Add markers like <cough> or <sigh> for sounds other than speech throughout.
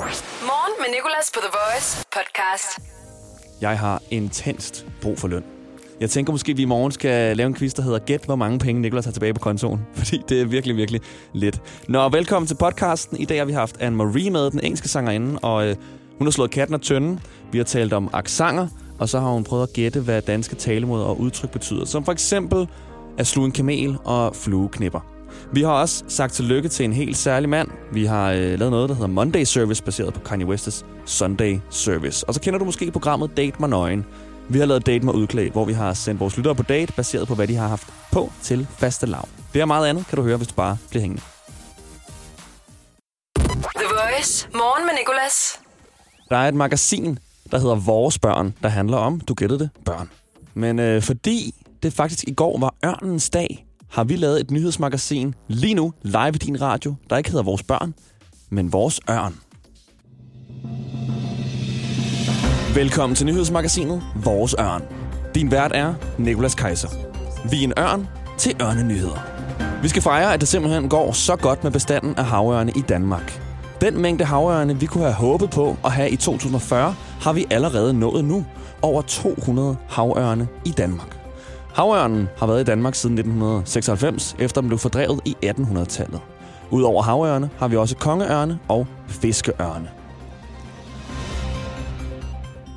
Morgen med Nicolas på The Voice podcast. Jeg har intenst brug for løn. Jeg tænker måske, at vi i morgen skal lave en quiz, der hedder Gæt, hvor mange penge Niklas har tilbage på kontoen. <laughs> Fordi det er virkelig, virkelig lidt. Nå, velkommen til podcasten. I dag har vi haft Anne-Marie med, den engelske sangerinde, og øh, hun har slået katten og tønden. Vi har talt om aksanger, og så har hun prøvet at gætte, hvad danske talemåder og udtryk betyder. Som for eksempel at sluge en kamel og flueknipper. Vi har også sagt tillykke til en helt særlig mand. Vi har øh, lavet noget, der hedder Monday Service, baseret på Kanye West's Sunday Service. Og så kender du måske programmet Date mig nøgen. Vi har lavet Date mig udklædt, hvor vi har sendt vores lyttere på date, baseret på, hvad de har haft på til faste lav. Det og meget andet kan du høre, hvis du bare bliver hængende. The Voice. Morgen med Nicolas. Der er et magasin, der hedder Vores Børn, der handler om, du gættede det, børn. Men øh, fordi det faktisk i går var ørnens dag, har vi lavet et nyhedsmagasin lige nu, live i din radio, der ikke hedder Vores Børn, men Vores Ørn. Velkommen til nyhedsmagasinet Vores Ørn. Din vært er Nikolas Kaiser. Vi er en ørn til ørnenyheder. Vi skal fejre, at det simpelthen går så godt med bestanden af havørne i Danmark. Den mængde havørne, vi kunne have håbet på at have i 2040, har vi allerede nået nu. Over 200 havørne i Danmark. Havørnen har været i Danmark siden 1996, efter den blev fordrevet i 1800-tallet. Udover havørne har vi også kongeørne og fiskeørne.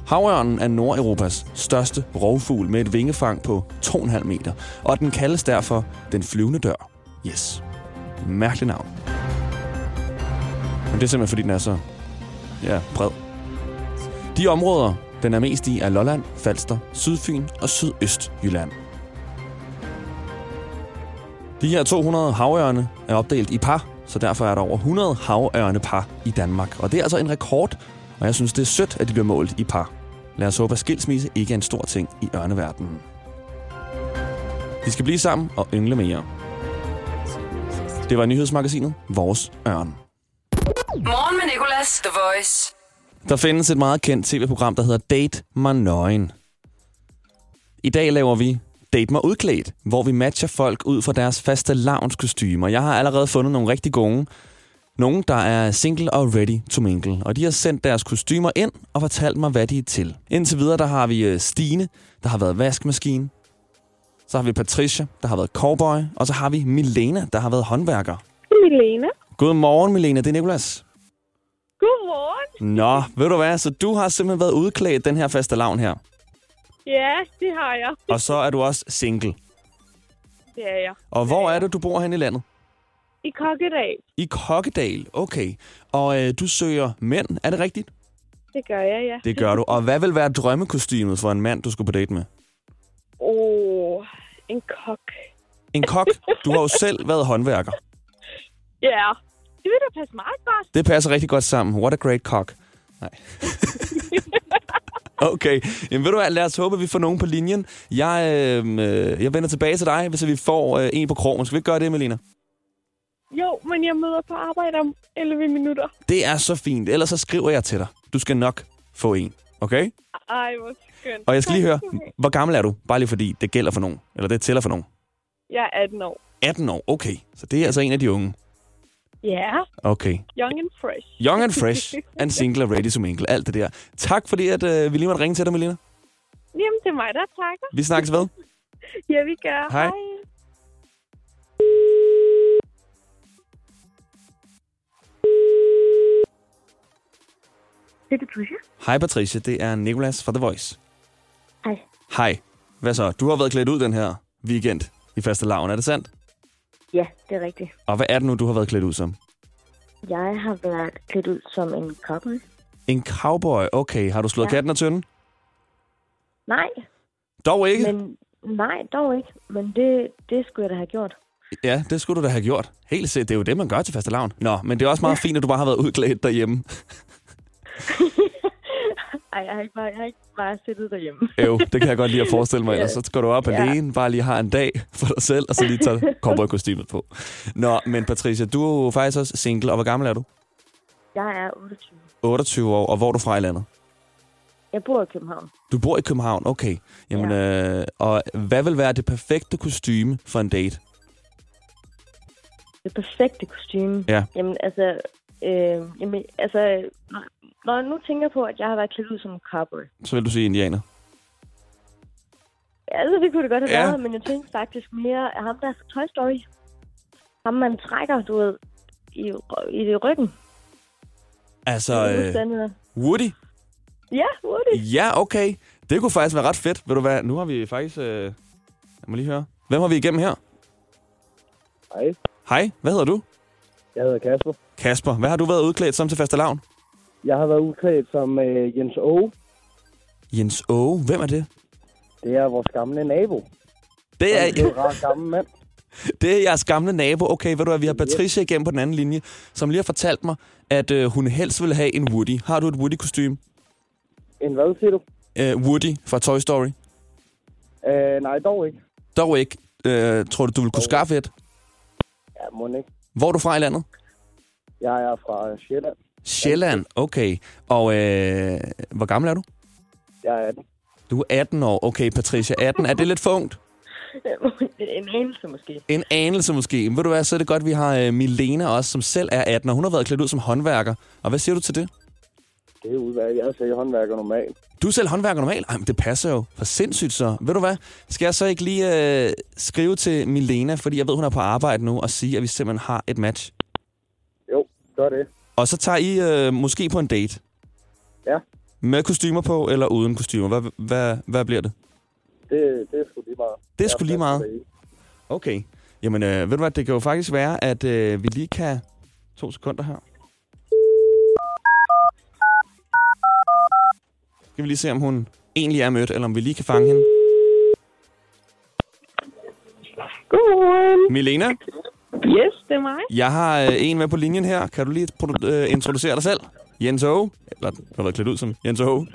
Havørnen er Nordeuropas største rovfugl med et vingefang på 2,5 meter, og den kaldes derfor den flyvende dør. Yes. Mærkelig navn. Men det er simpelthen, fordi den er så ja, bred. De områder, den er mest i, er Lolland, Falster, Sydfyn og Sydøstjylland. De her 200 havørne er opdelt i par, så derfor er der over 100 havørnepar i Danmark. Og det er altså en rekord, og jeg synes, det er sødt, at de bliver målt i par. Lad os håbe, at skilsmisse ikke er en stor ting i ørneverdenen. De skal blive sammen og yngle mere. Det var nyhedsmagasinet Vores Ørn. Morgen med Nicolas. The Voice. Der findes et meget kendt tv-program, der hedder Date mig nøgen. I dag laver vi Date mig udklædt, hvor vi matcher folk ud fra deres faste lavnskostymer. Jeg har allerede fundet nogle rigtig gode. Nogle, der er single og ready to mingle. Og de har sendt deres kostymer ind og fortalt mig, hvad de er til. Indtil videre, der har vi øh, Stine, der har været vaskemaskine. Så har vi Patricia, der har været cowboy. Og så har vi Milena, der har været håndværker. Milena. Godmorgen, Milena. Det er Nicolas. Godmorgen. Nå, ved du hvad? Så du har simpelthen været udklædt den her faste lavn her. Ja, det har jeg. Og så er du også single. Det er jeg. Og hvor er det, du bor hen i landet? I Kokkedal. I Kokkedal, okay. Og øh, du søger mænd, er det rigtigt? Det gør jeg, ja. Det gør du. Og hvad vil være drømmekostymet for en mand, du skulle på date med? Åh, oh, en kok. En kok. Du har jo selv været håndværker. Ja. Det vil da passe meget godt. Det passer rigtig godt sammen. What a great cock. Nej. <laughs> okay. Jamen ved du hvad, lad os håbe, at vi får nogen på linjen. Jeg, øh, øh, jeg vender tilbage til dig, hvis vi får øh, en på krogen. Skal vi ikke gøre det, Melina? Jo, men jeg møder på arbejde om 11 minutter. Det er så fint. Ellers så skriver jeg til dig. Du skal nok få en. Okay? Ej, hvor skønt. Og jeg skal lige høre, Tak skal du have. hvor gammel er du? Bare lige fordi det gælder for nogen. Eller det tæller for nogen. Jeg er 18 år. 18 år, okay. Så det er altså en af de unge. Ja, Okay. young and fresh. Young and fresh, and single and ready to mingle. Alt det der. Tak fordi, at øh, vi lige måtte ringe til dig, Melina. Jamen, det er mig, der takker. Vi snakkes ved. Ja, vi gør. Hej. Det er Patricia. Hej Patricia, det er Nicolas fra The Voice. Hej. Hej. Hvad så? Du har været klædt ud den her weekend i faste laven, er det sandt? Ja, det er rigtigt. Og hvad er det nu, du har været klædt ud som? Jeg har været klædt ud som en cowboy. En cowboy. Okay, har du slået ja. Ja. katten og tynden? Nej, Dog ikke. men nej, dog ikke. Men det, det skulle jeg da have gjort. <laughs> Ja, det skulle du da have gjort. Helt sikkert. Det er jo det, man gør til faste lavn. Nå, men det er også meget fint, at du bare har været udklædt derhjemme. Ej, jeg har ikke bare, jeg har ikke bare siddet derhjemme. Jo, det kan jeg godt lide at forestille mig. Ellers så går du op ja. Ja. alene, bare lige har en dag for dig selv, og så lige tager <laughs> cowboykostymet på. Nå, men Patricia, du er jo faktisk også single, og hvor gammel er du? Jeg er 28. 28 år, og hvor er du fra i landet? Jeg bor i København. Du bor i København, okay. Jamen, ja. øh, og hvad vil være det perfekte kostyme for en date? Det perfekte kostume. Ja. Jamen, altså, Øh, jamen, altså, når jeg nu tænker på, at jeg har været klædt ud som en cowboy. Så vil du sige indianer. Altså, det kunne det godt have Ja. ja. været, men jeg tænkte faktisk mere af ham, der er fra Toy Story. Ham, man trækker, du ved, i, i det ryggen. Altså, Øh. øh, Woody? Ja, hurtigt. Ja, okay. Det kunne faktisk være ret fedt. Ved du hvad, nu har vi faktisk... Øh... Jeg må lige høre. Hvem har vi igennem her? Hej, Hej, hvad hedder du? jeg hedder Kasper. Kasper, hvad har du været udklædt som til fastelavn? Jeg har været udklædt som øh, Jens Åge. Jens Åge, hvem er det? Det er vores gamle nabo. Det Det er er, en rar gammel mand. det er jeres gamle nabo. Okay, ved du hvad, vi har Patricia igennem på den anden linje, som lige har fortalt mig, at øh, hun helst ville have en Woody. Har du et Woody-kostyme? En hvad, siger du? Øh, Woody fra Toy Story. Øh, nej, dog ikke. Dog ikke. Øh, tror du, du ville kunne skaffe et? Ja, må ikke. Hvor er du fra i landet? Jeg er fra øh, Sjælland. Sjælland, okay. Og øh, hvor gammel er du? Jeg er 18. Du er 18 år. Okay, Patricia, 18. Er det lidt funkt? en anelse måske. En anelse måske. Men ved du hvad, så er det godt, vi har øh, Milena også, som selv er 18, og hun har været klædt ud som håndværker. Og hvad siger du til det? Det er udvalg. Jeg er selv håndværker normalt. Du er selv håndværker normalt? Ej, men det passer jo. For sindssygt så. Ved du hvad? Skal jeg så ikke lige øh, skrive til Milena, fordi jeg ved, hun er på arbejde nu, og sige, at vi simpelthen har et match? Jo, gør det. Og så tager I øh, måske på en date? Ja. Med kostymer på eller uden kostymer? Hvad, hvad, hvad bliver det? Det, det er sgu lige meget. Det er Jeg sgu lige plads meget. til det hele. Okay. Jamen, øh, ved du hvad? Det kan jo faktisk være, at øh, vi lige kan... To sekunder her. Skal vi lige se, om hun egentlig er mødt, eller om vi lige kan fange hende. Uhuh. Godmorgen. Milena? Yes, det er mig. Jeg har øh, en med på linjen her. Kan du lige produ- øh, introducere dig selv? Jens Åge. Eller, du har været klædt ud som Jens Åge.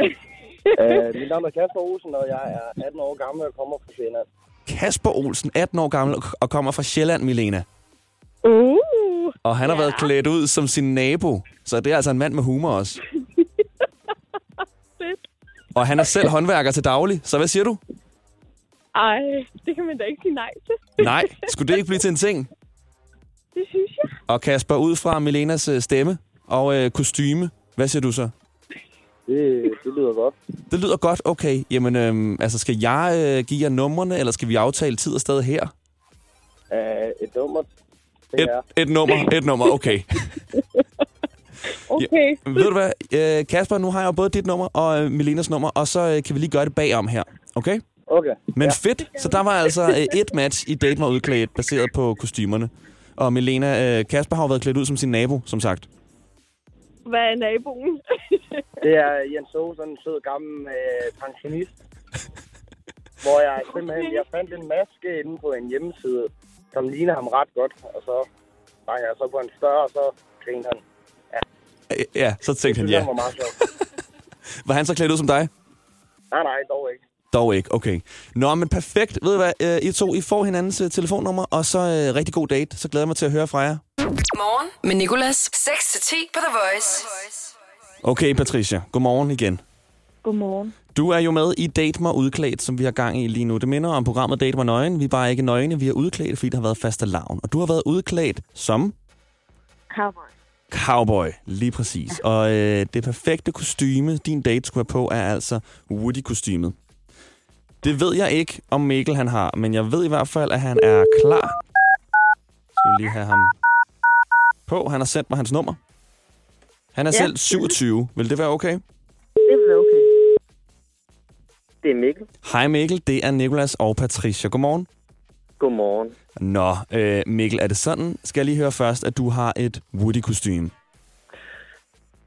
Øh, mit navn er Kasper Olsen, og jeg er 18 år gammel og kommer fra Sjælland. Kasper Olsen, 18 år gammel, og- og kommer fra Sjælland, Milena. Uh. Og han har været klædt ud som sin nabo. Så det er altså en mand med humor også. Og han er selv håndværker til daglig. Så hvad siger du? Ej, det kan man da ikke sige nej til. Nej, skulle det ikke blive til en ting? Det synes jeg. Og Kasper, ud fra Milenas øh, stemme og øh, kostyme, hvad siger du så? Det, det lyder godt. Det lyder godt, okay. Jamen, øhm, altså, skal jeg øh, give jer numrene, eller skal vi aftale tid og sted her? Øh, et nummer, det Et, er... et nummer, et nummer, okay. Okay. Ja. Ved du hvad, øh, Kasper, nu har jeg jo både dit nummer og øh, Milenas nummer, og så øh, kan vi lige gøre det bagom her, okay? Okay. Men ja. fedt, så der var altså øh, et match i Date var udklædt, baseret på kostymerne. Og Milena, øh, Kasper har jo været klædt ud som sin nabo, som sagt. Hvad er <laughs> naboen? Det er Jens Aage, sådan en sød gammel øh, <laughs> pensionist. hvor jeg simpelthen jeg fandt en maske inde på en hjemmeside, som ligner ham ret godt. Og så banker jeg så på en større, og så griner han. Øh, ja, så tænkte han Det ja. ja. var meget sjovt. Var han så klædt ud som dig? Nej, nej, dog ikke. Dog ikke, okay. Nå, men perfekt. Ved du hvad, øh, I to, I får hinandens øh, telefonnummer, og så øh, rigtig god date. Så glæder jeg mig til at høre fra jer. Morgen med Nicolas. 6 til 10 på The Voice. Okay, Patricia. Godmorgen igen. Godmorgen. Du er jo med i Date mig udklædt, som vi har gang i lige nu. Det minder om programmet Date mig nøgen. Vi er bare ikke nøgne, vi er udklædt, fordi der har været faste lavn. Og du har været udklædt som Cowboy. cowboy, lige præcis. Og øh, det perfekte kostyme, din date skulle have på, er altså Woody-kostymet. Det ved jeg ikke, om Mikkel han har, men jeg ved i hvert fald, at han er klar. Skal vi lige have ham på. Han har sendt mig hans nummer. Han er ja. selv 27. Vil det være okay? Det var okay. Det er Mikkel. Hej Mikkel, det er Nikolas og Patricia. Godmorgen. Godmorgen. Nå, øh, Mikkel, er det sådan? Skal jeg lige høre først, at du har et Woody-kostyme.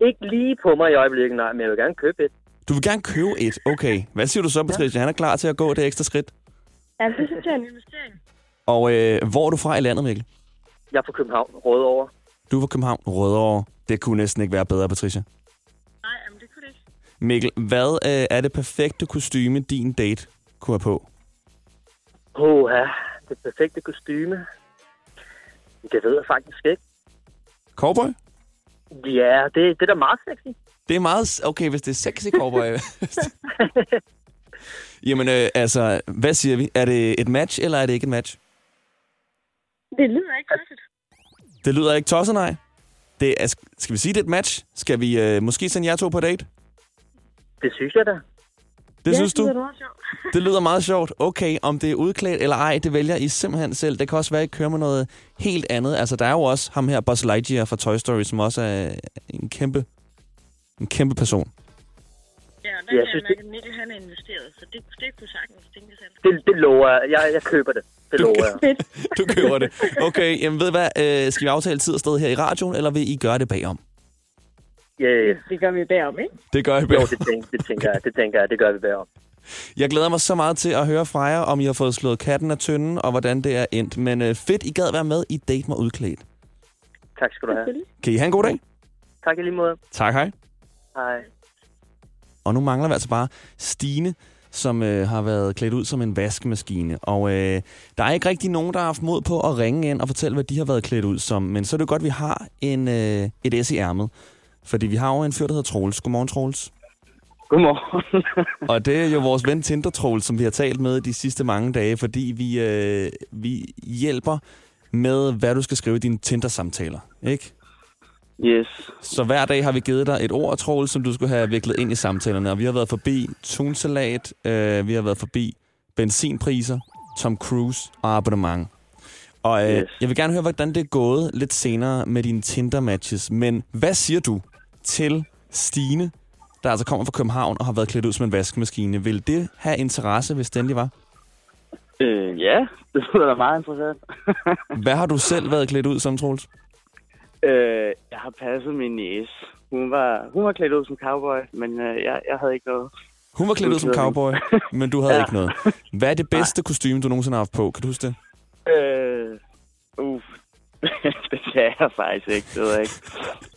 Ikke lige på mig i øjeblikket, nej, men jeg vil gerne købe et. Du vil gerne købe et. Okay. Hvad siger du så, Patricia? Han er klar til at gå det ekstra skridt. Ja, det synes jeg er en investering. Og øh, hvor er du fra i landet, Mikkel? Jeg er fra København, Rødovre. Du er fra København, Rødovre. Det kunne næsten ikke være bedre, Patricia. Nej, jamen, det kunne det ikke. Mikkel, hvad øh, er det perfekte kostyme, din date kunne have på? Åh, ja, det perfekte kostyme. Det ved jeg faktisk ikke. Cowboy? Ja, det, det er da meget sexy. Det er meget... s- Okay, hvis det er sexy cowboy. Jamen, øh, altså, hvad siger vi? Er det et match, eller er det ikke et match? Det lyder ikke rigtigt. Det lyder ikke tosset, nej. Det er, skal vi sige, det er et match? Skal vi øh, måske sende jer to på date? Det synes jeg da. Det synes Det du? lyder meget sjovt. Det lyder meget sjovt. Okay, om det er udklædt eller ej, det vælger I simpelthen selv. Det kan også være, at I kører med noget helt andet. Altså, der er jo også ham her, Buzz Lightyear fra Toy Story, som også er en kæmpe, en kæmpe person. <laughs> Ja, og der Ja, ja, jeg kan synes, jeg mærke, at Mikkel han er investeret, så det, det kunne sagtens tænkes han. Det, det lover jeg. jeg. Jeg køber det. Det lover jeg. Du køber det. Okay, jamen ved I hvad? Øh, skal vi aftale tid og sted her i radioen, eller vil I gøre det bagom? Ja, ja, ja. Det gør vi bagom, ikke? Det gør I Jo, bagom. det tænker, det tænker jeg. Det tænker jeg. Det gør vi bedre om. Jeg glæder mig så meget til at høre fra jer, om I har fået slået katten af tynden, og hvordan det er endt. Men øh, fedt, I gad være med i Date mig udklædt. Tak skal du have. Kan I have en god dag? Tak i lige måde. Tak, hej. Hej. Og nu mangler vi altså bare Stine, som øh, har været klædt ud som en vaskemaskine. Og øh, der er ikke rigtig nogen, der har haft mod på at ringe ind og fortælle, hvad de har været klædt ud som. Men så er det jo godt, at vi har en, øh, et S i ærmet. Fordi vi har jo en fyr, der hedder Troels. Godmorgen, Troels. Godmorgen. <laughs> Og det er jo vores ven Tinder Troels, som vi har talt med de sidste mange dage, fordi vi, øh, vi hjælper med, hvad du skal skrive i dine Tinder-samtaler. Ikke? yes. Så hver dag har vi givet dig et ord, Troels, som du skulle have viklet ind i samtalerne. Og vi har været forbi tunsalat, øh, vi har været forbi benzinpriser, Tom Cruise og abonnement. Og øh, yes. Yes. jeg vil gerne høre, hvordan det er gået lidt senere med dine Tinder-matches. Men hvad siger du til Stine, der altså kommer fra København og har været klædt ud som en vaskemaskine? Vil det have interesse, hvis den lige var? Øh, ja, <laughs> det lyder da meget interessant. Hvad har du selv været klædt ud som, Troels? øh, jeg har passet min næse. Hun var, hun var klædt ud som cowboy, men øh, jeg, jeg havde ikke noget. Hun var klædt ud som Udklædning. cowboy, men du havde ja. Ja. ikke noget. Hvad er det bedste kostume, du nogensinde har haft på? Kan du huske det? Øh, uff. <laughs> det kan jeg faktisk ikke, det ved jeg ikke.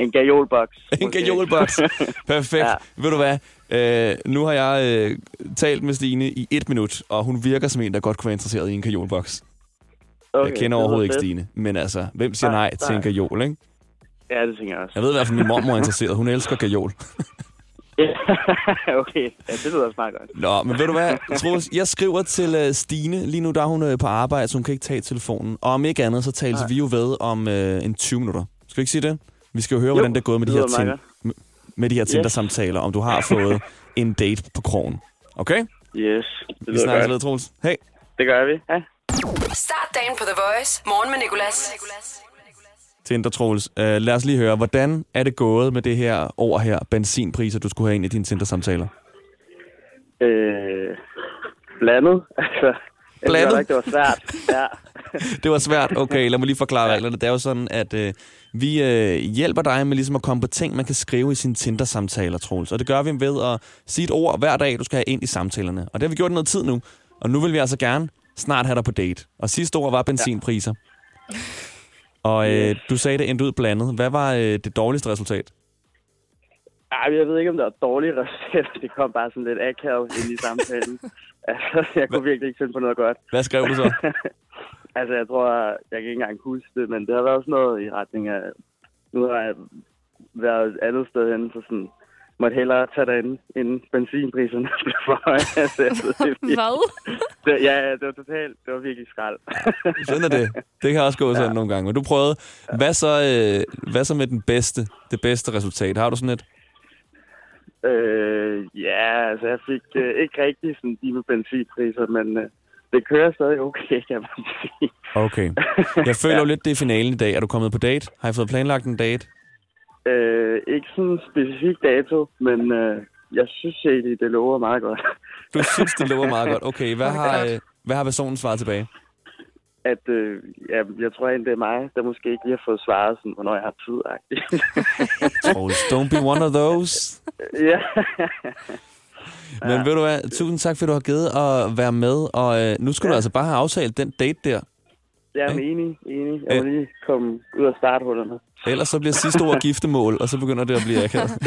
En gajolboks. En <laughs> gajolboks. <laughs> Perfekt. Ja. Ja. Ved du hvad? Øh, nu har jeg øh, talt med Stine i et minut, og hun virker som en, der godt kunne være interesseret i en kajolboks. Okay, jeg kender overhovedet ikke Stine, men altså, hvem siger nej, Nej, nej til en nej. kajol, ikke? Ja, det tænker jeg også. Jeg ved i hvert fald, at min mormor er interesseret. Hun elsker kajol. Ja, <laughs> okay, ja, det lyder også meget godt. Nå, men ved du hvad, Troels, jeg skriver til øh, Stine. Lige nu der er hun øh, på arbejde, så hun kan ikke tage telefonen. Og om ikke andet, så tales vi jo ved om øh, en 20 minutter. Skal vi ikke sige det? Vi skal jo høre, jo, hvordan det er gået med de det her, lyder meget tin- med, med de her Tinder-samtaler. Om du har fået en date på krogen. Okay? Yes, det Vi lyder snakkes godt. ved, Troels. Hej. Det gør vi. Ja. Start dagen på The Voice. Morgen med Nicolas. Tinder, Troels. Uh, lad os lige høre, hvordan er det gået med det her over her benzinpriser, du skulle have ind i dine Tinder-samtaler? Øh, blandet, altså. Jeg Blandet? tror nok, det var svært. Ja. Det var svært. Okay, lad mig lige forklare reglerne. Det er jo sådan, at øh, vi øh, hjælper dig med ligesom at komme på ting, man kan skrive i sine Tinder-samtaler, Troels. Og det gør vi ved at sige et ord hver dag, du skal have ind i samtalerne. Og det har vi gjort i noget tid nu. Og nu vil vi altså gerne snart have dig på date. Og sidste ord var benzinpriser. Og øh, du sagde, det endte ud blandet. Hvad var øh, det dårligste resultat? Ej, men jeg ved ikke, om det var dårlige recept. Det kom bare sådan lidt akavet ind i samtalen. altså, jeg kunne virkelig ikke finde på noget godt. Hvad skrev du så? Altså, jeg tror, jeg kan ikke engang huske det, men det har været sådan noget i retning af... Nu har jeg været et andet sted henne, så sådan måtte hellere tage derinde, inden benzinpriserne <laughs> blev for høje. Altså, jeg ved det virkelig- Hvad? <laughs> det, ja, ja, det var totalt, det var virkelig skrald. <laughs> Sådan er det. Det kan også gå sådan ja. nogle gange. Men du prøvede. Hvad så, øh, hvad så med den bedste, det bedste resultat? Har du sådan et? øh, ja, altså, jeg fik øh, ikke rigtig sådan de med benzinpriser, men øh, det kører stadig okay, <laughs> kan man sige. Okay. <laughs> Jeg føler jo lidt, det er finalen i dag. Er du kommet på date? Har I fået planlagt en date? Øh, ikke sådan en specifik dato, men øh, jeg synes egentlig, det lover meget godt, <laughs> Du synes, det lover <laughs> meget godt. Okay, hvad har, øh, hvad har personen svaret tilbage? at øh, ja, jeg tror egentlig, det er mig, der måske ikke lige har fået svaret, sådan, hvornår jeg har tid. -agtigt. <laughs> Troels, don't be one of those. ja, Men ved du hvad, tusind tak, fordi du har givet at være med. Og øh, nu skal du altså bare have aftalt den date der. jeg er enig, enig. Jeg må Øh. lige komme ud af starthullerne. Ellers så bliver sidste ord giftemål, og så begynder det at blive akavet.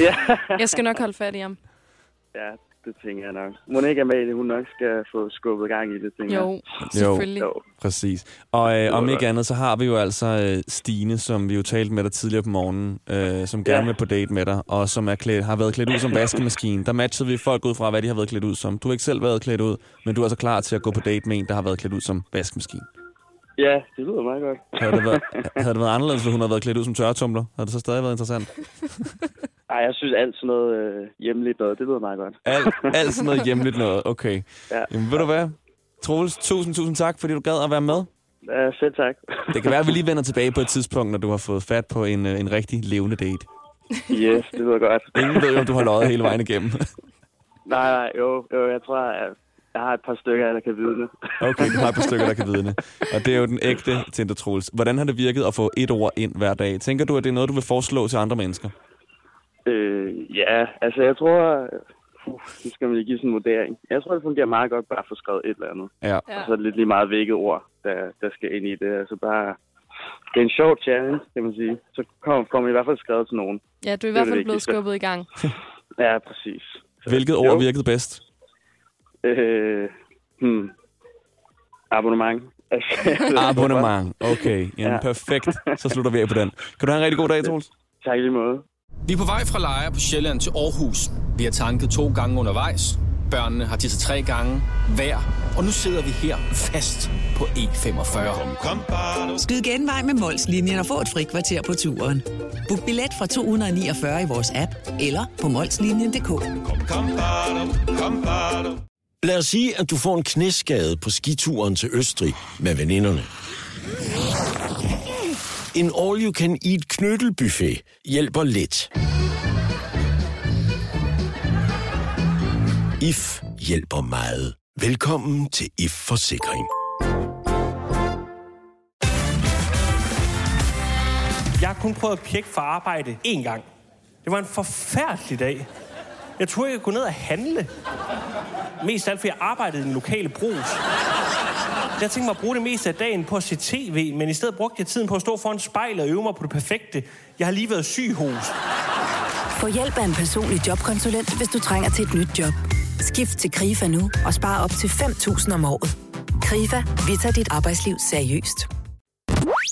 Jeg skal nok holde fat i ham. <laughs> Ja, det tænker jeg nok. Monika Amalie, hun nok skal få skubbet gang i det, tænker jeg. Jo, selvfølgelig. Jo. Præcis. Og øh, om ikke andet, så har vi jo altså øh, Stine, som vi jo talte med dig tidligere på morgenen, øh, som gerne Ja. vil på date med dig, og som er klædt, har været klædt ud som vaskemaskine. Der matchede vi folk ud fra, hvad de har været klædt ud som. Du har ikke selv været klædt ud, men du er altså klar til at gå på date med en, der har været klædt ud som vaskemaskine. Ja, det lyder meget godt. Havde det været, havde det været anderledes, hvis hun havde været klædt ud som tørretumler? Havde det så stadig været interessant? Ej, jeg synes alt sådan noget øh, hjemligt noget, det lyder meget godt. Alt, alt sådan noget hjemligt noget. Okay. Ja. Jamen, ved du hvad? Troels, tusind, tusind tak, fordi du gad at være med. Ja, selv tak. Det <laughs> kan være, at vi lige vender tilbage på et tidspunkt, når du har fået fat på en, øh, en rigtig levende date. Yes, det lyder godt. Ingen ved jo, om du har løjet hele vejen igennem. Nej, nej, jo, jo jeg tror, jeg, jeg har et par stykker, der kan vide det. <laughs> Okay, du har et par stykker, der kan vidne. Og det er jo den ægte Tinder Troels. Hvordan har det virket at få et ord ind hver dag? Tænker du, at det er noget, du vil foreslå til andre mennesker? Øh, ja, altså jeg tror... Uh, nu skal man lige give sådan en vurdering. Jeg tror, det fungerer meget godt bare at få skrevet et eller andet. Ja. Ja. Og så er det lidt lige meget hvilket ord, der, der skal ind i det. Altså bare... Det er en sjov challenge, kan man sige. Så kommer kom i hvert fald skrevet til nogen. Ja, du er i Det er hvert det fald blevet vigtigste. skubbet i gang. Ja, præcis. Så, Hvilket jo, ord virkede bedst? Øh, hmm. Abonnement. <laughs> Altså, Abonnement. Okay, jamen Ja. perfekt. Så slutter vi af på den. Kan du have en rigtig god dag, Troels? Tak i lige måde. Vi er på vej fra Lejre på Sjælland til Aarhus. Vi har tanket to gange undervejs. Børnene har tisset tre gange hver. Og nu sidder vi her fast på E45. Skyd genvej med Molslinjen og få et fri kvarter på turen. Book billet fra 249 i vores app eller på molslinjen.dk. Lad os sige, at du får en knæskade på skituren til Østrig med veninderne. En all-you-can-eat knyttelbuffet hjælper lidt. IF hjælper meget. Velkommen til IF Forsikring. Jeg har kun prøvet at pjekke for arbejde én gang. Det var en forfærdelig dag. Jeg troede, jeg kunne ned og handle. Mest af alt, fordi jeg arbejdede i den lokale brus. Jeg tænkte mig at bruge det meste af dagen på at se tv, men i stedet brugte jeg tiden på at stå foran spejlet og øve mig på det perfekte. Jeg har lige været syg hos. Få hjælp af en personlig jobkonsulent, hvis du trænger til et nyt job. Skift til KRIFA nu og spare op til 5.000 om året. KRIFA, vi tager dit arbejdsliv seriøst.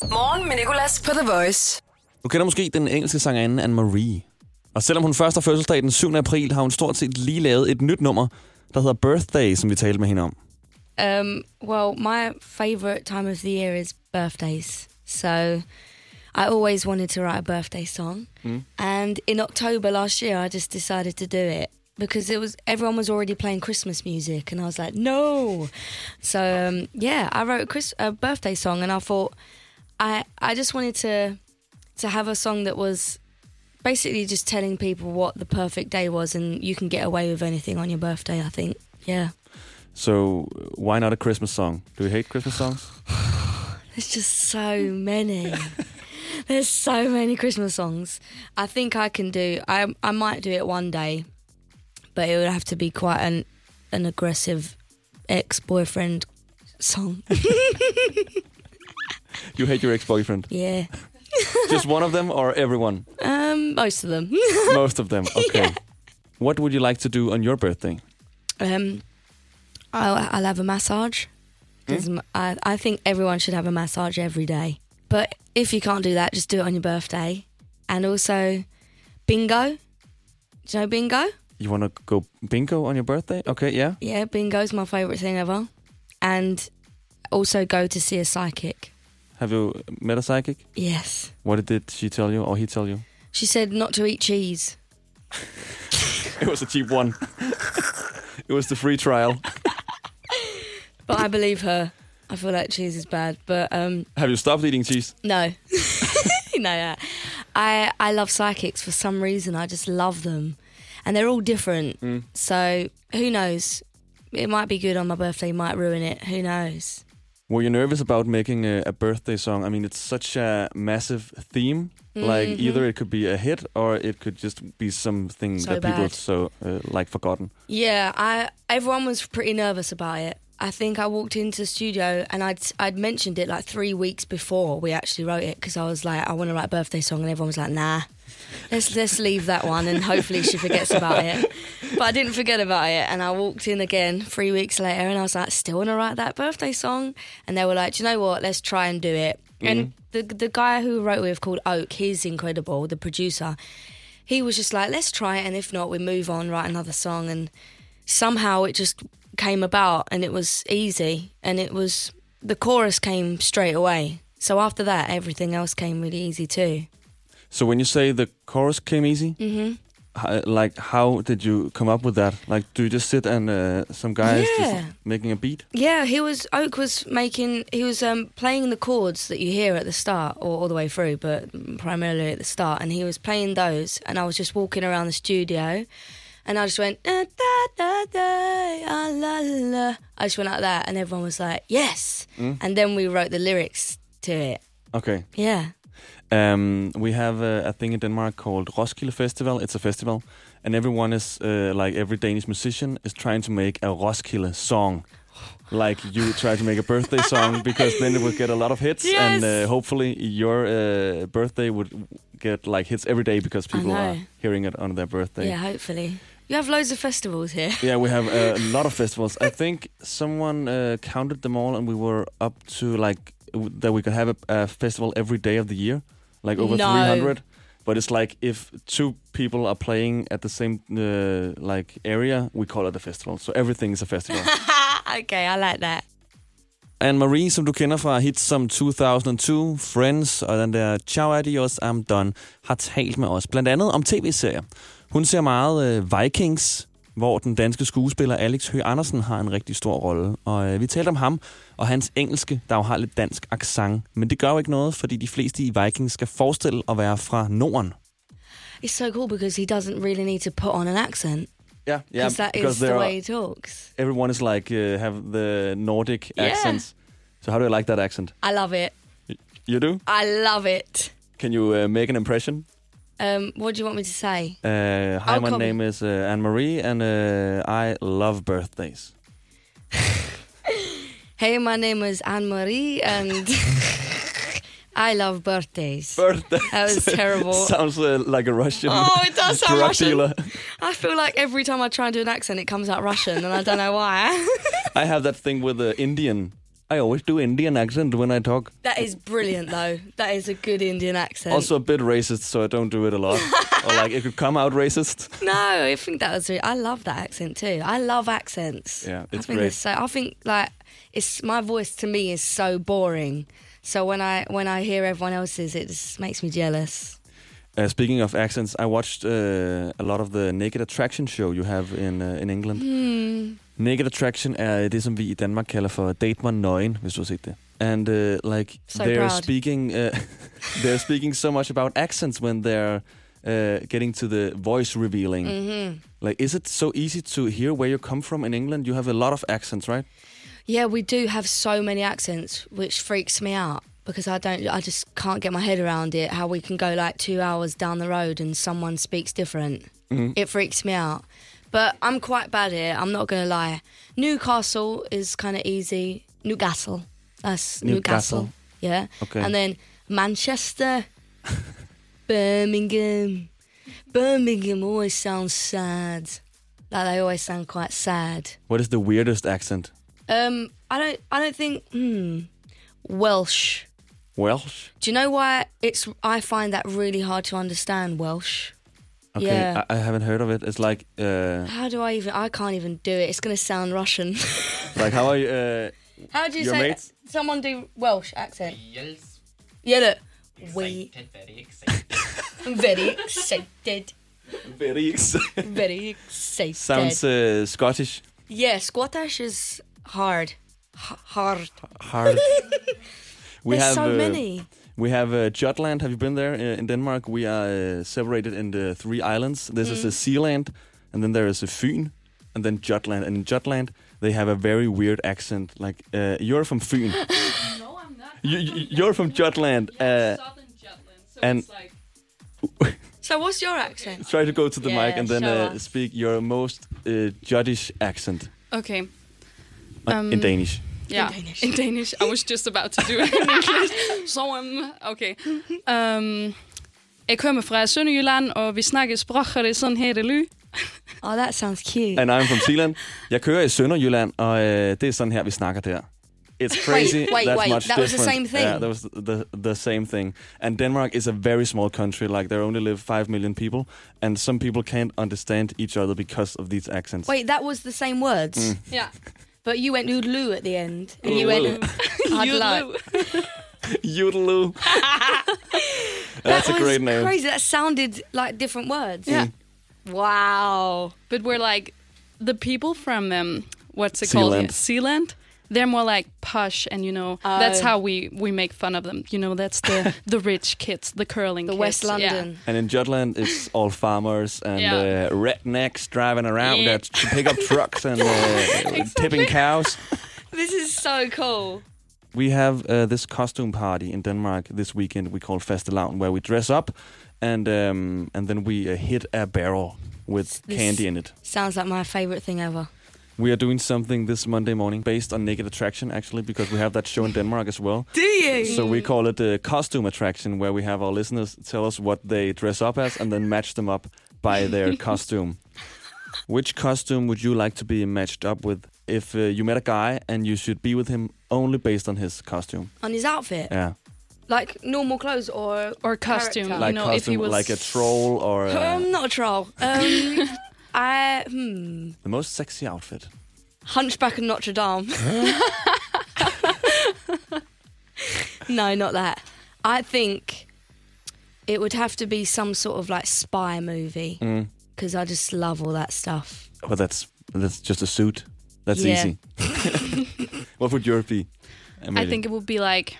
Morgen med Nicolas på The Voice. Du kender måske den engelske sangerinde Anne-Marie. Og selvom hun først har fødselsdag den 7. april, har hun stort set lige lavet et nyt nummer, der hedder Birthday, som vi talte med hende om. Um, well, my favourite time of the year is birthdays. So I always wanted to write a birthday song. Mm. And in October last year, I just decided to do it because it was everyone was already playing Christmas music, and I was like, no. So um, yeah, I wrote a, Chris- a birthday song, and I thought I I just wanted to to have a song that was basically just telling people what the perfect day was, and you can get away with anything on your birthday. I think, yeah. So, why not a Christmas song? Do you hate Christmas songs? There's just so many. <laughs> There's so many Christmas songs. I think I can do. I I might do it one day, but it would have to be quite an an aggressive ex boyfriend song. You hate your ex-boyfriend? yeah. Just one of them or everyone? Um, most of them. <laughs> Most of them. Okay. What would you like to do on your birthday? Um, I'll, I'll have a massage. 'Cause m- I, I think everyone should have a massage every day. But if you can't do that, just do it on your birthday. And also, bingo. Do you know bingo? You want to go bingo on your birthday? Okay, yeah. Yeah, bingo's my favourite thing ever. And also go to see a psychic. Have you met a psychic? Yes. What did she tell you or he tell you? She said not to eat cheese. <laughs> It was a cheap one. it was the free trial. But I believe her. I feel like cheese is bad. But um, Have you stopped eating cheese? No. no, yeah. I I love psychics for some reason. I just love them. And they're all different. Mm. So who knows? It might be good on my birthday, might ruin it. Who knows? Were you nervous about making a, a birthday song? I mean, it's such a massive theme. Like Mhm. either it could be a hit or it could just be something So that people bad. so uh, like forgotten. Yeah, I everyone was pretty nervous about it. I think I walked into the studio and I'd I'd mentioned it like three weeks before we actually wrote it because I was like I want to write a birthday song and everyone was like nah, let's let's leave that one and hopefully she forgets about it. But I didn't forget about it and I walked in again three weeks later and I was like still want to write that birthday song and they were like do you know what let's try and do it and the the guy who wrote it with called Oak he's incredible the producer he was just like, let's try it, and if not, we move on, write another song. And somehow it just came about, and it was easy, and it was the chorus came straight away. So after that, everything else came really easy too. So when you say the chorus came easy, hmm h- uh, like how did you come up with that? Like, do you just sit and uh, some guys Yeah. just making a beat? Yeah, he was Oak was making he was um, playing the chords that you hear at the start or all the way through, but primarily at the start. And he was playing those, and I was just walking around the studio, and I just went da da da da ah, la la. la." I just went like that, and everyone was like yes. Mm. And then we wrote the lyrics to it. Okay. Yeah. Um, we have a, a thing in Denmark called Roskilde Festival. It's a festival, and everyone is uh, like every Danish musician is trying to make a Roskilde song. Like you try to make a birthday <laughs> song because then it would get a lot of hits, and uh, hopefully your uh, birthday would get like hits every day because people know. are hearing it on their birthday. Yeah, hopefully. You have loads of festivals here. <laughs> Yeah, we have uh, a lot of festivals. I think someone uh, counted them all, and we were up to like w- that we could have a, a festival every day of the year, like over No. 300. But it's like if two people are playing at the same uh, like area, we call it a festival. So everything is a festival. okay, I like that. Anne Marie, som du kender fra hits som 2002, Friends og den der Ciao Adios, I'm Done, har talt med os blandt andet om tv-serier. Hun ser meget øh, Vikings, hvor den danske skuespiller Alex Høgh Andersen har en rigtig stor rolle. Og øh, vi talte om ham og hans engelske, der jo har lidt dansk accent. Men det gør jo ikke noget, fordi de fleste i Vikings skal forestille at være fra Norden. It's so cool because he doesn't really need to put on an accent. Yeah, yeah, Because that because is the there are- way he talks. Everyone is like, uh, have the Nordic Yeah. accents. So how do you like that accent? I love it. You do? I love it. Can you uh, make an impression? Um, what do you want me to say? Uh, hi, I'll my come. name is uh, Anne Marie, and uh, I love <laughs> birthdays. Hey, my name is Anne <laughs> Marie, and I love birthdays. Birthdays. <laughs> That was terrible. Sounds uh, like a Russian. Oh, it does sound drug Russian. dealer. I feel like every time I try and do an accent, it comes out Russian, and I don't know why. <laughs> I have that thing with uh, Indian. I always do Indian accent when I talk. that is brilliant, though. That is a good Indian accent. Also a bit racist, so I don't do it a <laughs> lot. or like it could come out racist. No, I think that was. Really, I love that accent too. I love accents. Yeah, I it's think great. It's so I think like it's my voice to me is so boring. So when I when I hear everyone else's, it just makes me jealous. Uh, speaking of accents, I watched uh, a lot of the Naked Attraction show you have in uh, in England. Hmm. Naked Attraction er det, som vi i Danmark kalder for date mig nøgen, hvis du har set det. And uh, like So they're proud. speaking, uh, <laughs> they're speaking so much about accents when they're uh, getting to the voice revealing. Mhm. Like, is it so easy to hear where you come from in England? You have a lot of accents, right? Yeah, we do have so many accents, which freaks me out because I don't. I just can't get my head around it. How we can go like two hours down the road and someone speaks different. Mhm. It freaks me out. But I'm quite bad at it. I'm not gonna lie. Newcastle is kind of easy. Newcastle. That's Newcastle. Newcastle. Yeah. Okay. And then <laughs> Manchester, Birmingham. Birmingham always sounds sad. Like they always sound quite sad. What is the weirdest accent? Um, I don't. I don't think. Hmm. Welsh. Welsh. Do you know why it's? I find that really hard to understand Welsh. Okay, Yeah. I, I haven't heard of it. It's like, uh, How do I even? I can't even do it. It's gonna sound Russian. <laughs> like how are you? Uh, How do you your say? mates? Someone do Welsh accent. Yeah. Look. We. I'm <laughs> very excited. Very <laughs> excited. Very excited. Sounds uh, Scottish. Yeah, Scottish is hard. H- hard. Hard. There's so uh, many. We have uh, Jutland. Have you been there uh, in Denmark? We are uh, separated into three islands. This is Mm. a Sealand, and then there is a Fyn, and then Jutland. And in Jutland, they have a very weird accent. Like uh, you're from Fyn. no, I'm not. <laughs> You, you- you're from Jutland. uh, and So what's your accent? Uh, try to go to the Yeah, mic and then show uh, us. speak your most uh, Juttish accent Okay. uh, in Um, Danish. Yeah, in Danish. I was just about to do it in English. So um, okay. Um, jeg kommer fra Sønderjylland, og vi snakker sproget det sådan her det ly. Oh, that sounds <laughs> cute. And I'm from Sealand. Jeg kører i Sønderjylland, og øh, det er sådan her, vi snakker der. It's crazy. Wait, wait, that's wait, much that was the different. same thing. Yeah, that was the, the same thing. And Denmark is a very small country. Like, there only live 5 million people. And some people can't understand each other because of these accents. Wait, that was the same words. Mm. Yeah. But you went oodaloo at the end, and you <laughs> went hard luck. <laughs> Yoodaloo. That's a great name. Crazy. That sounded like different words. Yeah. Mm. Wow. But we're like the people from um, what's it Sealand. called? Sealand. They're more like posh, and you know that's Oh. how we we make fun of them. You know that's <laughs> the the rich kids, the curling, the kids. West London. And in Jutland, it's all farmers and Yeah. uh, rednecks driving around Yeah. that pick up trucks <laughs> and uh, tipping cows. This is so cool. We have uh, this costume party in Denmark this weekend. We call Fastelavn, where we dress up and um, and then we uh, hit a barrel with This candy in it. Sounds like my favorite thing ever. We are doing something this Monday morning based on Naked Attraction, actually, because we have that show in Denmark as well. Do you? So we call it a costume attraction, where we have our listeners tell us what they dress up as and then match them up by their costume. Which costume would you like to be matched up with if uh, you met a guy and you should be with him only based on his costume? On his outfit, Yeah, like normal clothes or or costume. like costume, like a troll or uh, I'm not a troll. <laughs> Um, I hmm, the most sexy outfit. Hunchback of Notre Dame. <laughs> no, not that. I think it would have to be some sort of like spy movie Mm. because I just love all that stuff. But that's that's just a suit. That's Yeah. easy. <laughs> what would yours be? I Amelie? think it would be like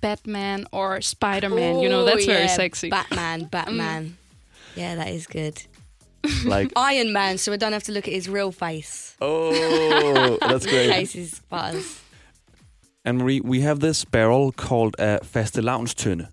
Batman or Spider Man. you know Ooh, that's very Oh, yeah, sexy. Mm. Batman, Batman. Yeah, that is good. <laughs> like Iron Man, so I don't have to look at his real face. oh, that's great. Face is buzz. And Marie, we have this barrel called a fastelavnstønde.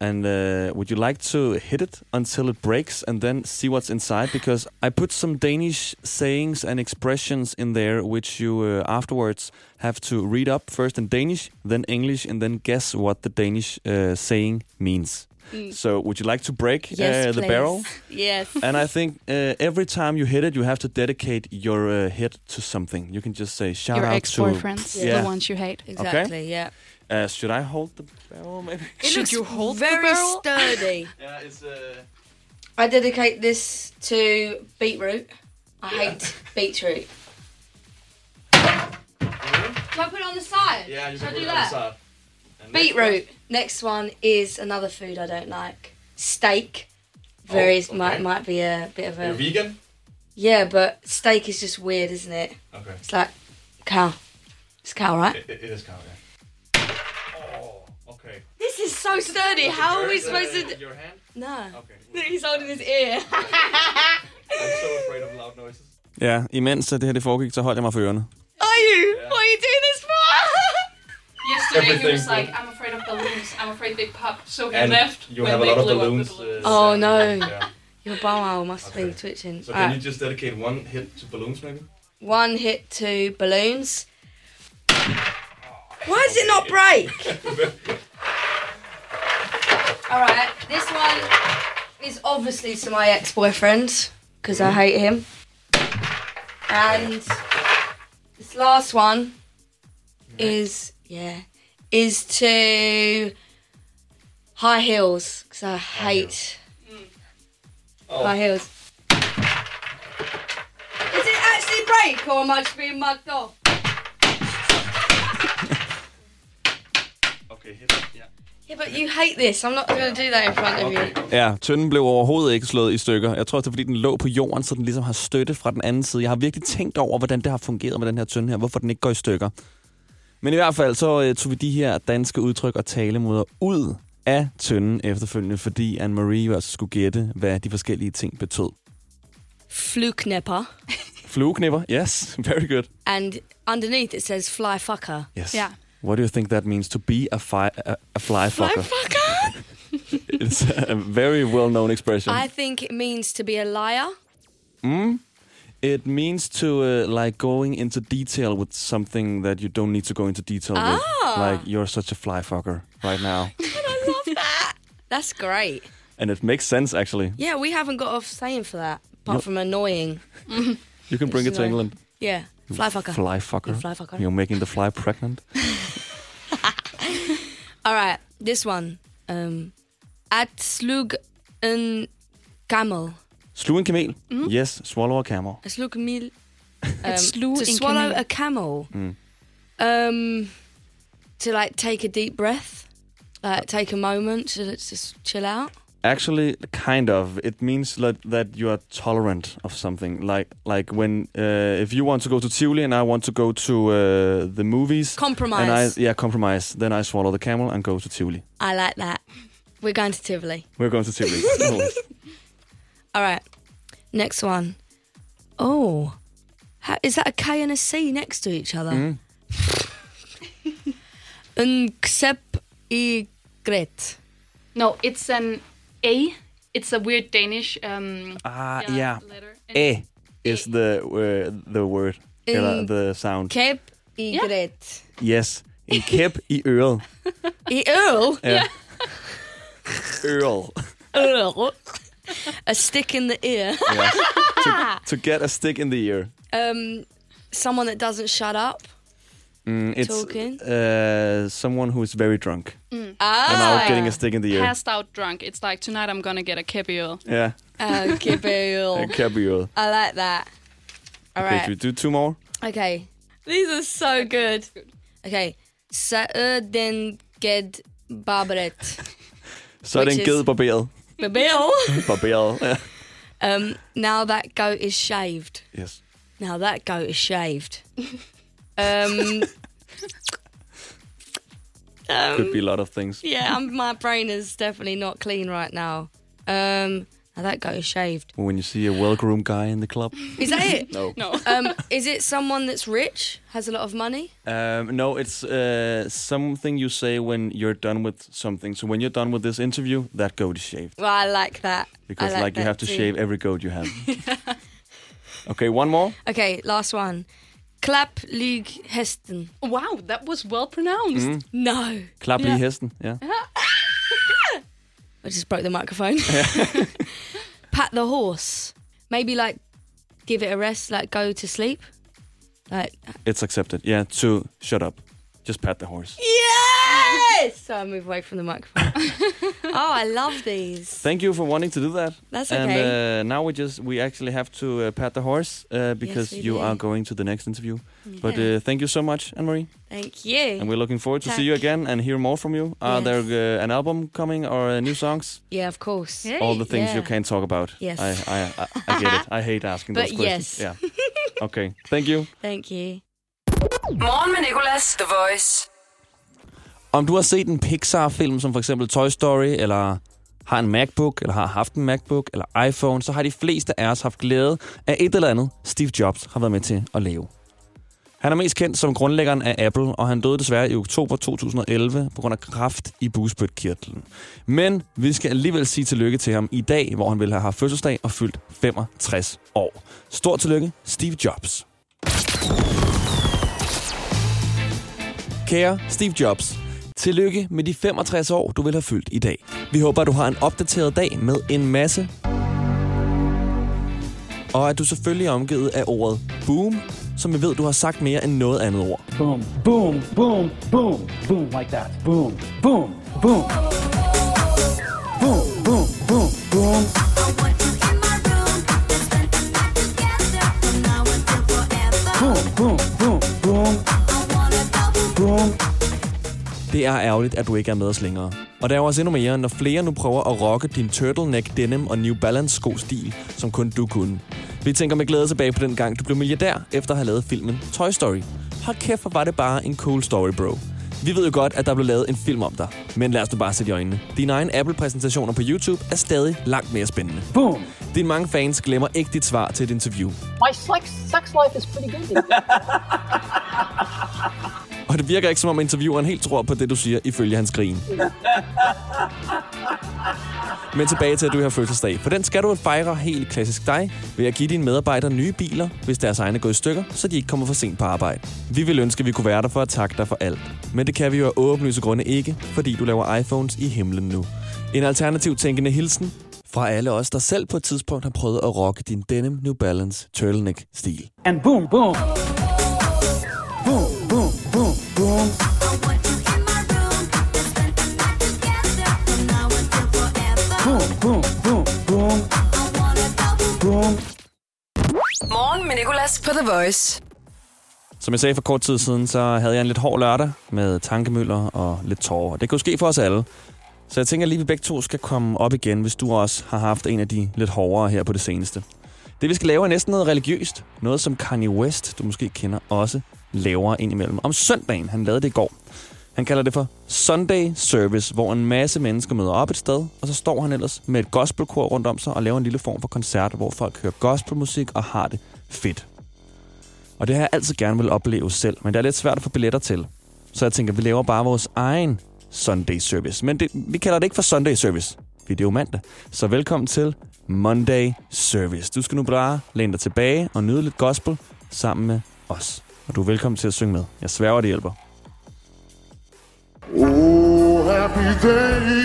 And uh, would you like to hit it until it breaks and then see what's inside? Because I put some Danish sayings and expressions in there, which you uh, afterwards have to read up first in Danish, then English, and then guess what the Danish uh, saying means. Mm. So, would you like to break Yes, uh, the please. <laughs> barrel? Yes. and I think uh, every time you hit it, you have to dedicate your uh, hit to something. You can just say shout Your out ex boyfriends, to yeah. the ones you hate. Exactly. Yeah. Uh, should I hold the barrel? Maybe. It Should looks you hold the very barrel? sturdy. yeah, it's uh... I dedicate this to beetroot. I hate beetroot. Do I put it on the side? Should I do that? Beetroot. Next one is another food I don't like. Steak. Very Oh, might okay. might be a bit of a You're vegan? Yeah, but steak is just weird, isn't it? Okay. It's like cow. It's cow, right? It, it is cow, yeah. Oh, okay. This is so sturdy. How are we Is that supposed to? in Your hand? No. Okay. He's holding his ear. I'm so afraid of loud noises. Ja, imens at det her det foregik, så holdt jeg mig for ørerne. Are you? What are you doing this for? Yesterday he was Everything. like, "I'm afraid of balloons. I'm afraid they pop." So he And left. you when have a they lot of blew up the balloons. uh, Oh no. Yeah. Your bum hole must be twitching. Uh, So Alright. Ah. can you just dedicate one hit to balloons, maybe? One hit to balloons. Why does it not <laughs> break? Alright, this one is obviously to my ex boyfriend because I hate him. And this last one is, yeah, is to high heels because I hate high heels. Is it actually break or am I just being mugged off? Okay, hit it. Yeah. Yeah, but you hate this. I'm not going to do that in front of you. Ja, tønden blev overhovedet ikke slået i stykker. Jeg tror, det er, fordi den lå på jorden, så den ligesom har støtte fra den anden side. Jeg har virkelig tænkt over, hvordan det har fungeret med den her tønde her, hvorfor den ikke går i stykker. Men i hvert fald, så øh, tog vi de her danske udtryk og talemåder ud af tønden efterfølgende, fordi Anne-Marie også skulle gætte, hvad de forskellige ting betød. Fluknepper. Flueknipper, yes, <laughs> very good. And underneath it says fly fucker. Yes. Yeah. What do you think that means to be a, fi- a, a fly fucker? <laughs> It's a very well-known expression. I think it means to be a liar. Mm. It means to uh, like going into detail with something that you don't need to go into detail Ah. with. Like you're such a fly fucker right <laughs> now, That's great. and it makes sense actually. Yeah, we haven't got off saying for that, apart No. from annoying. You can bring it It's to annoying. England. Yeah, fly fucker. Fly fucker. You fly fucker. Mm-hmm. You're making the fly pregnant. All right, this one. Um, at slug en camel. Slug en kamel. Mm. Yes. Swallow a camel. At slug mil. Um, slew to en swallow kanin. a camel. Mm. Um, to like take a deep breath, like take a moment to just chill out. Actually, kind of. It means like, that you are tolerant of something. Like like when uh, if you want to go to Tivoli and I want to go to uh, the movies. And I, Compromise. yeah, compromise. Then I swallow the camel and go to Tivoli. I like that. We're going to Tivoli. We're going to <laughs> Tivoli. Oh. All right. Next one. Oh, how, is that a K and a C next to each other? <laughs> Mm. Un ksep i gret. No, it's an A. It's a weird Danish. Um, Uh, Ah, yeah. letter. Eh is the uh, the word. Eller En the sound. Kæp i yeah. gret. Yes. En <laughs> kæp i øret. I øl? Ja. <laughs> Øret. Øl. A stick in the ear. Yeah. To get a stick in the ear. um, someone that doesn't shut up. Mm, it's Talking. uh, someone who is very drunk. Mm. And Ah, now getting a stick in the ear. Passed out drunk. It's like tonight I'm gonna get a kebio. Yeah. Uh, A kebab. kæp i øret. <laughs> I like that. All Okay, right. should we do two more? Okay. These are so good. Okay. uh, Sa'ø den ged barberet. Så er det Which en is- ged <laughs> barberet. Babil. barberet, ja. Um, now that goat is shaved. <laughs> Yes. Now that goat is shaved. Um, Could be a lot of things. yeah, I'm, my brain is definitely not clean right now. Um, now that goat is shaved. When you see a well-groomed guy in the club. Is that it? No. No. Um, is it someone that's rich, has a lot of money? Um, no, it's uh, something you say when you're done with something. So when you're done with this interview, that goat is shaved. Well, I like that. I Because like, like, you that have to too. shave every goat you <laughs> have. okay, one more. Okay, last one. Clap Lug Heston. Wow, that was well pronounced. Mm. No. Klap lige hesten. Ja. Uh-huh. I just broke the <laughs> microphone. Pat the horse. Maybe like give it a rest, like go to sleep. Like It's accepted. Yeah, to shut up. Just pat the horse. Yes! So I move away from the microphone. oh, I love these. Thank you for wanting to do that. That's and, okay. uh, now we just we actually have to uh, pat the horse uh, because we you do. are going to the next interview. But Yeah. uh, thank you so much, Anne Marie. Thank you. And we're looking forward to see Tak. you again and hear more from you. Are there uh, an album coming or uh, new songs? Yeah, of course. All the things Yeah. you can talk about. Yes. I, I, I, I get it. I hate asking But those questions. yes. <laughs> Yeah. Okay. Thank you. Thank you. Morgen med Nicolas, The Voice. Om du har set en Pixar-film som for eksempel Toy Story, eller har en MacBook, eller har haft en MacBook, eller iPhone, så har de fleste af os haft glæde af et eller andet, Steve Jobs har været med til at lave. Han er mest kendt som grundlæggeren af Apple, og han døde desværre i oktober 2011 på grund af kræft i bugspytkirtlen. Men vi skal alligevel sige tillykke til ham i dag, hvor han vil have haft fødselsdag og fyldt 65 år. Stort tillykke, Steve Jobs. Kære Steve Jobs, tillykke med de 65 år, du vil have fyldt i dag. Vi håber, at du har en opdateret dag med en masse. Og at du selvfølgelig er omgivet af ordet boom, som jeg ved, du har sagt mere end noget andet ord. Boom, boom, boom, boom, boom, like that. Boom, boom, boom. Boom, boom, boom, boom. Boom, boom, boom, boom. Boom. Det er ærgerligt, at du ikke er med os længere. Og der er jo også endnu mere, når flere nu prøver at rocke din turtleneck, denim og New Balance sko-stil, som kun du kunne. Vi tænker med glæde tilbage på den gang, du blev milliardær efter at have lavet filmen Toy Story. Hold kæft, hvor var det bare en cool story, bro. Vi ved jo godt, at der blev lavet en film om dig. Men lad os nu bare sætte i øjnene. Dine egne Apple-præsentationer på YouTube er stadig langt mere spændende. Boom! Dine mange fans glemmer ikke dit svar til et interview. My sex, sex life is pretty good. these days. Og det virker ikke, som om intervieweren helt tror på det, du siger, ifølge hans grin. Men tilbage til, at du har fødselsdag. For den skal du fejre helt klassisk dig ved at give dine medarbejdere nye biler, hvis deres egne er gået i stykker, så de ikke kommer for sent på arbejde. Vi vil ønske, at vi kunne være der for at takke dig for alt. Men det kan vi jo af åbenlyse grunde ikke, fordi du laver iPhones i himlen nu. En alternativ tænkende hilsen fra alle os, der selv på et tidspunkt har prøvet at rocke din denim New Balance turtleneck-stil. And boom, boom. Boom, boom, boom, boom. Boom, boom, boom, boom. Boom. Morgen med Nicolas på The Voice. Som jeg sagde for kort tid siden, så havde jeg en lidt hård lørdag med tankemøller og lidt tårer. Det kunne ske for os alle. Så jeg tænker lige, at vi begge to skal komme op igen, hvis du også har haft en af de lidt hårdere her på det seneste. Det vi skal lave er næsten noget religiøst. Noget som Kanye West, du måske kender, også laver indimellem. Om søndagen, han lavede det i går. Han kalder det for Sunday Service, hvor en masse mennesker møder op et sted, og så står han ellers med et gospelkor rundt om sig og laver en lille form for koncert, hvor folk hører gospelmusik og har det fedt. Og det har jeg altid gerne vil opleve selv, men det er lidt svært at få billetter til. Så jeg tænker, vi laver bare vores egen Sunday Service. Men det, vi kalder det ikke for Sunday Service, fordi det er jo mandag. Så velkommen til Monday Service. Du skal nu bare læne dig tilbage og nyde lidt gospel sammen med os. Og du er velkommen til at synge med. Jeg sværger, det hjælper. Oh, happy day.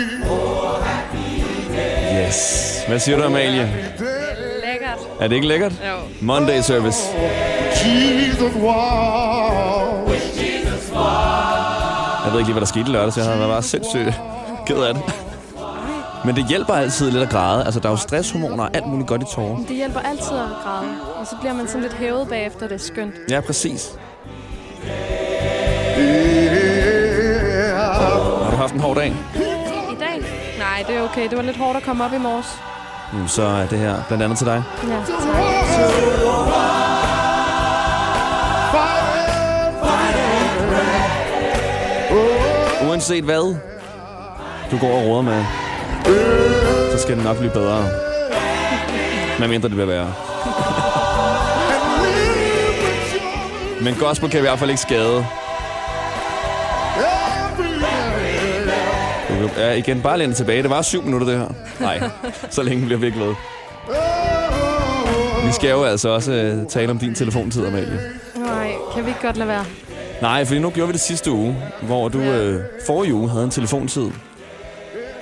Yes. Hvad siger du, Amalie? Lækkert. Er det ikke lækkert? Jo. Monday Service. Jesus wow. Jeg ved ikke lige, hvad der skete i lørdags. Jeg havde været bare sindssygt ked af det. Men det hjælper altid lidt at græde. Altså, der er jo stresshormoner og alt muligt godt i tårer. Det hjælper altid at græde, og så bliver man sådan lidt hævet bagefter, det er skønt. Ja, præcis. Har du haft en hård dag? I dag? Nej, det er okay. Det var lidt hårdt at komme op i morges. Jamen, så er det her blandt andet til dig. Ja, tak. Uanset hvad du går og råder med, så skal det nok blive bedre. Men mindre det bliver værre. Men gospel kan i hvert fald ikke skade. Du kan- Ja, igen, bare læn dig tilbage. Det var syv minutter, det her. Nej, så længe bliver vi ikke ved. Vi skal jo altså også øh, tale om din telefontid, Amalie. Nej, kan vi ikke godt lade være? Nej, for nu gjorde vi det sidste uge, hvor du øh, forrige uge havde en telefontid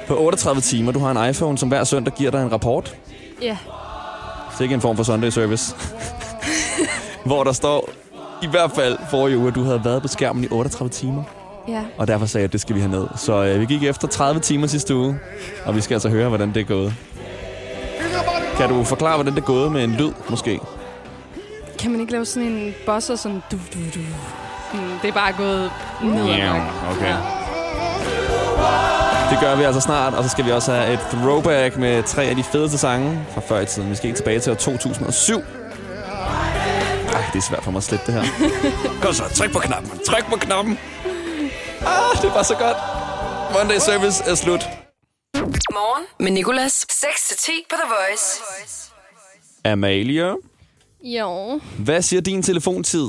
på 38 timer. Du har en iPhone, som hver søndag giver dig en rapport. Ja. Så ikke en form for Sunday service. hvor der står, i hvert fald forrige uge, at du havde været på skærmen i 38 timer. Ja. Og derfor sagde jeg, at det skal vi have ned. Så øh, vi gik efter 30 timer sidste uge, og vi skal altså høre, hvordan det er gået. Kan du forklare, hvordan det er gået med en lyd, måske? Kan man ikke lave sådan en boss og sådan du du du? Sådan, det er bare gået ned ad bakke. okay. Det gør vi altså snart, og så skal vi også have et throwback med tre af de fedeste sange fra før i tiden. Vi skal ikke tilbage til år 2007. Ej, det er svært for mig at slippe det her. <laughs> Kom så, tryk på knappen. Tryk på knappen. Ah, det var så godt. Monday Service er slut. Morgen med Nicolas. 6 til 10 på The Voice. Amalie, Jo. hvad siger din telefontid?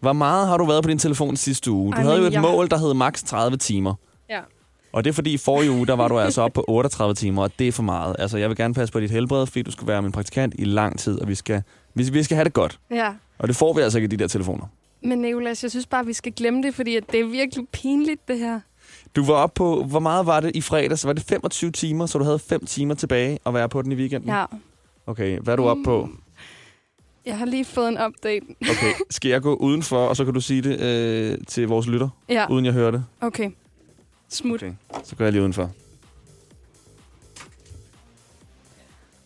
Hvor meget har du været på din telefon sidste uge? Du Ej, havde men jo et jeg- mål, der hed maks 30 timer. Ja. Og det er fordi i forrige uge, der var du altså <laughs> oppe på 38 timer, og det er for meget. Altså, jeg vil gerne passe på dit helbred, fordi du skal være min praktikant i lang tid, og vi skal, vi, vi skal have det godt. Ja. Og det får vi altså ikke i de der telefoner. Men Nicolas, jeg synes bare, vi skal glemme det, fordi at det er virkelig pinligt, det her. Du var oppe på, hvor meget var det i fredags? Var det 25 timer, så du havde 5 timer tilbage at være på den i weekenden? Ja. Mm. Okay, hvad er du oppe på? Jeg har lige fået en update. Okay, skal jeg gå udenfor, og så kan du sige det øh, til vores lytter, Ja. uden jeg hører det? Okay. Smut. Okay. Så går jeg lige udenfor.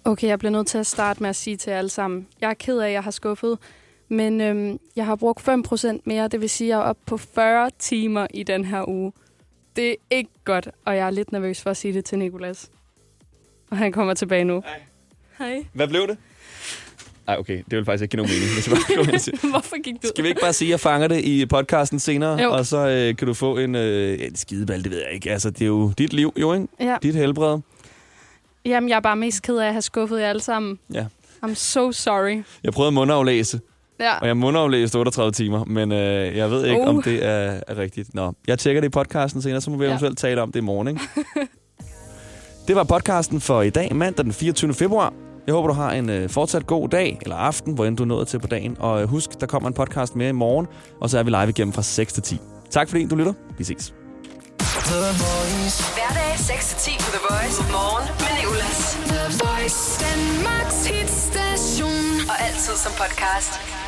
Okay, jeg bliver nødt til at starte med at sige til jer alle sammen, jeg er ked af, at jeg har skuffet, men øhm, jeg har brugt 5% mere, det vil sige, at jeg er oppe på 40 timer i den her uge. Det er ikke godt, og jeg er lidt nervøs for at sige det til Nikolas. Og han kommer tilbage nu. Hej. Hvad blev det? Nej, okay, det vil faktisk ikke give nogen mening, hvis jeg bare går hen til. <laughs> Hvorfor gik du? Skal vi ikke bare sige, at jeg fanger det i podcasten senere, Jo. jo. og så øh, kan du få en, øh, en skideball, det ved jeg ikke. Altså, det er jo dit liv, jo, ikke? Ja. Dit helbred. Jamen, jeg er bare mest ked af at have skuffet jer alle sammen. Ja. I'm so sorry. Jeg prøvede at mundaflæse, Ja. og jeg mundaflæste 38 timer, men øh, jeg ved ikke, Oh. om det er, er rigtigt. Nå, jeg tjekker det i podcasten senere, så må vi Ja. eventuelt tale om det i morgen, ikke? <laughs> det var podcasten for i dag, mandag den 24. februar. Jeg håber, du har en øh, fortsat god dag, eller aften, hvor end du er nået til på dagen. Og øh, husk, der kommer en podcast mere i morgen, og så er vi live igen fra 6 til 10. Tak fordi du lytter. Vi ses. Hverdag 6 til 10 på The Voice. Morgen med Nicolas. The Voice. Danmarks hitstation. Og altid som podcast.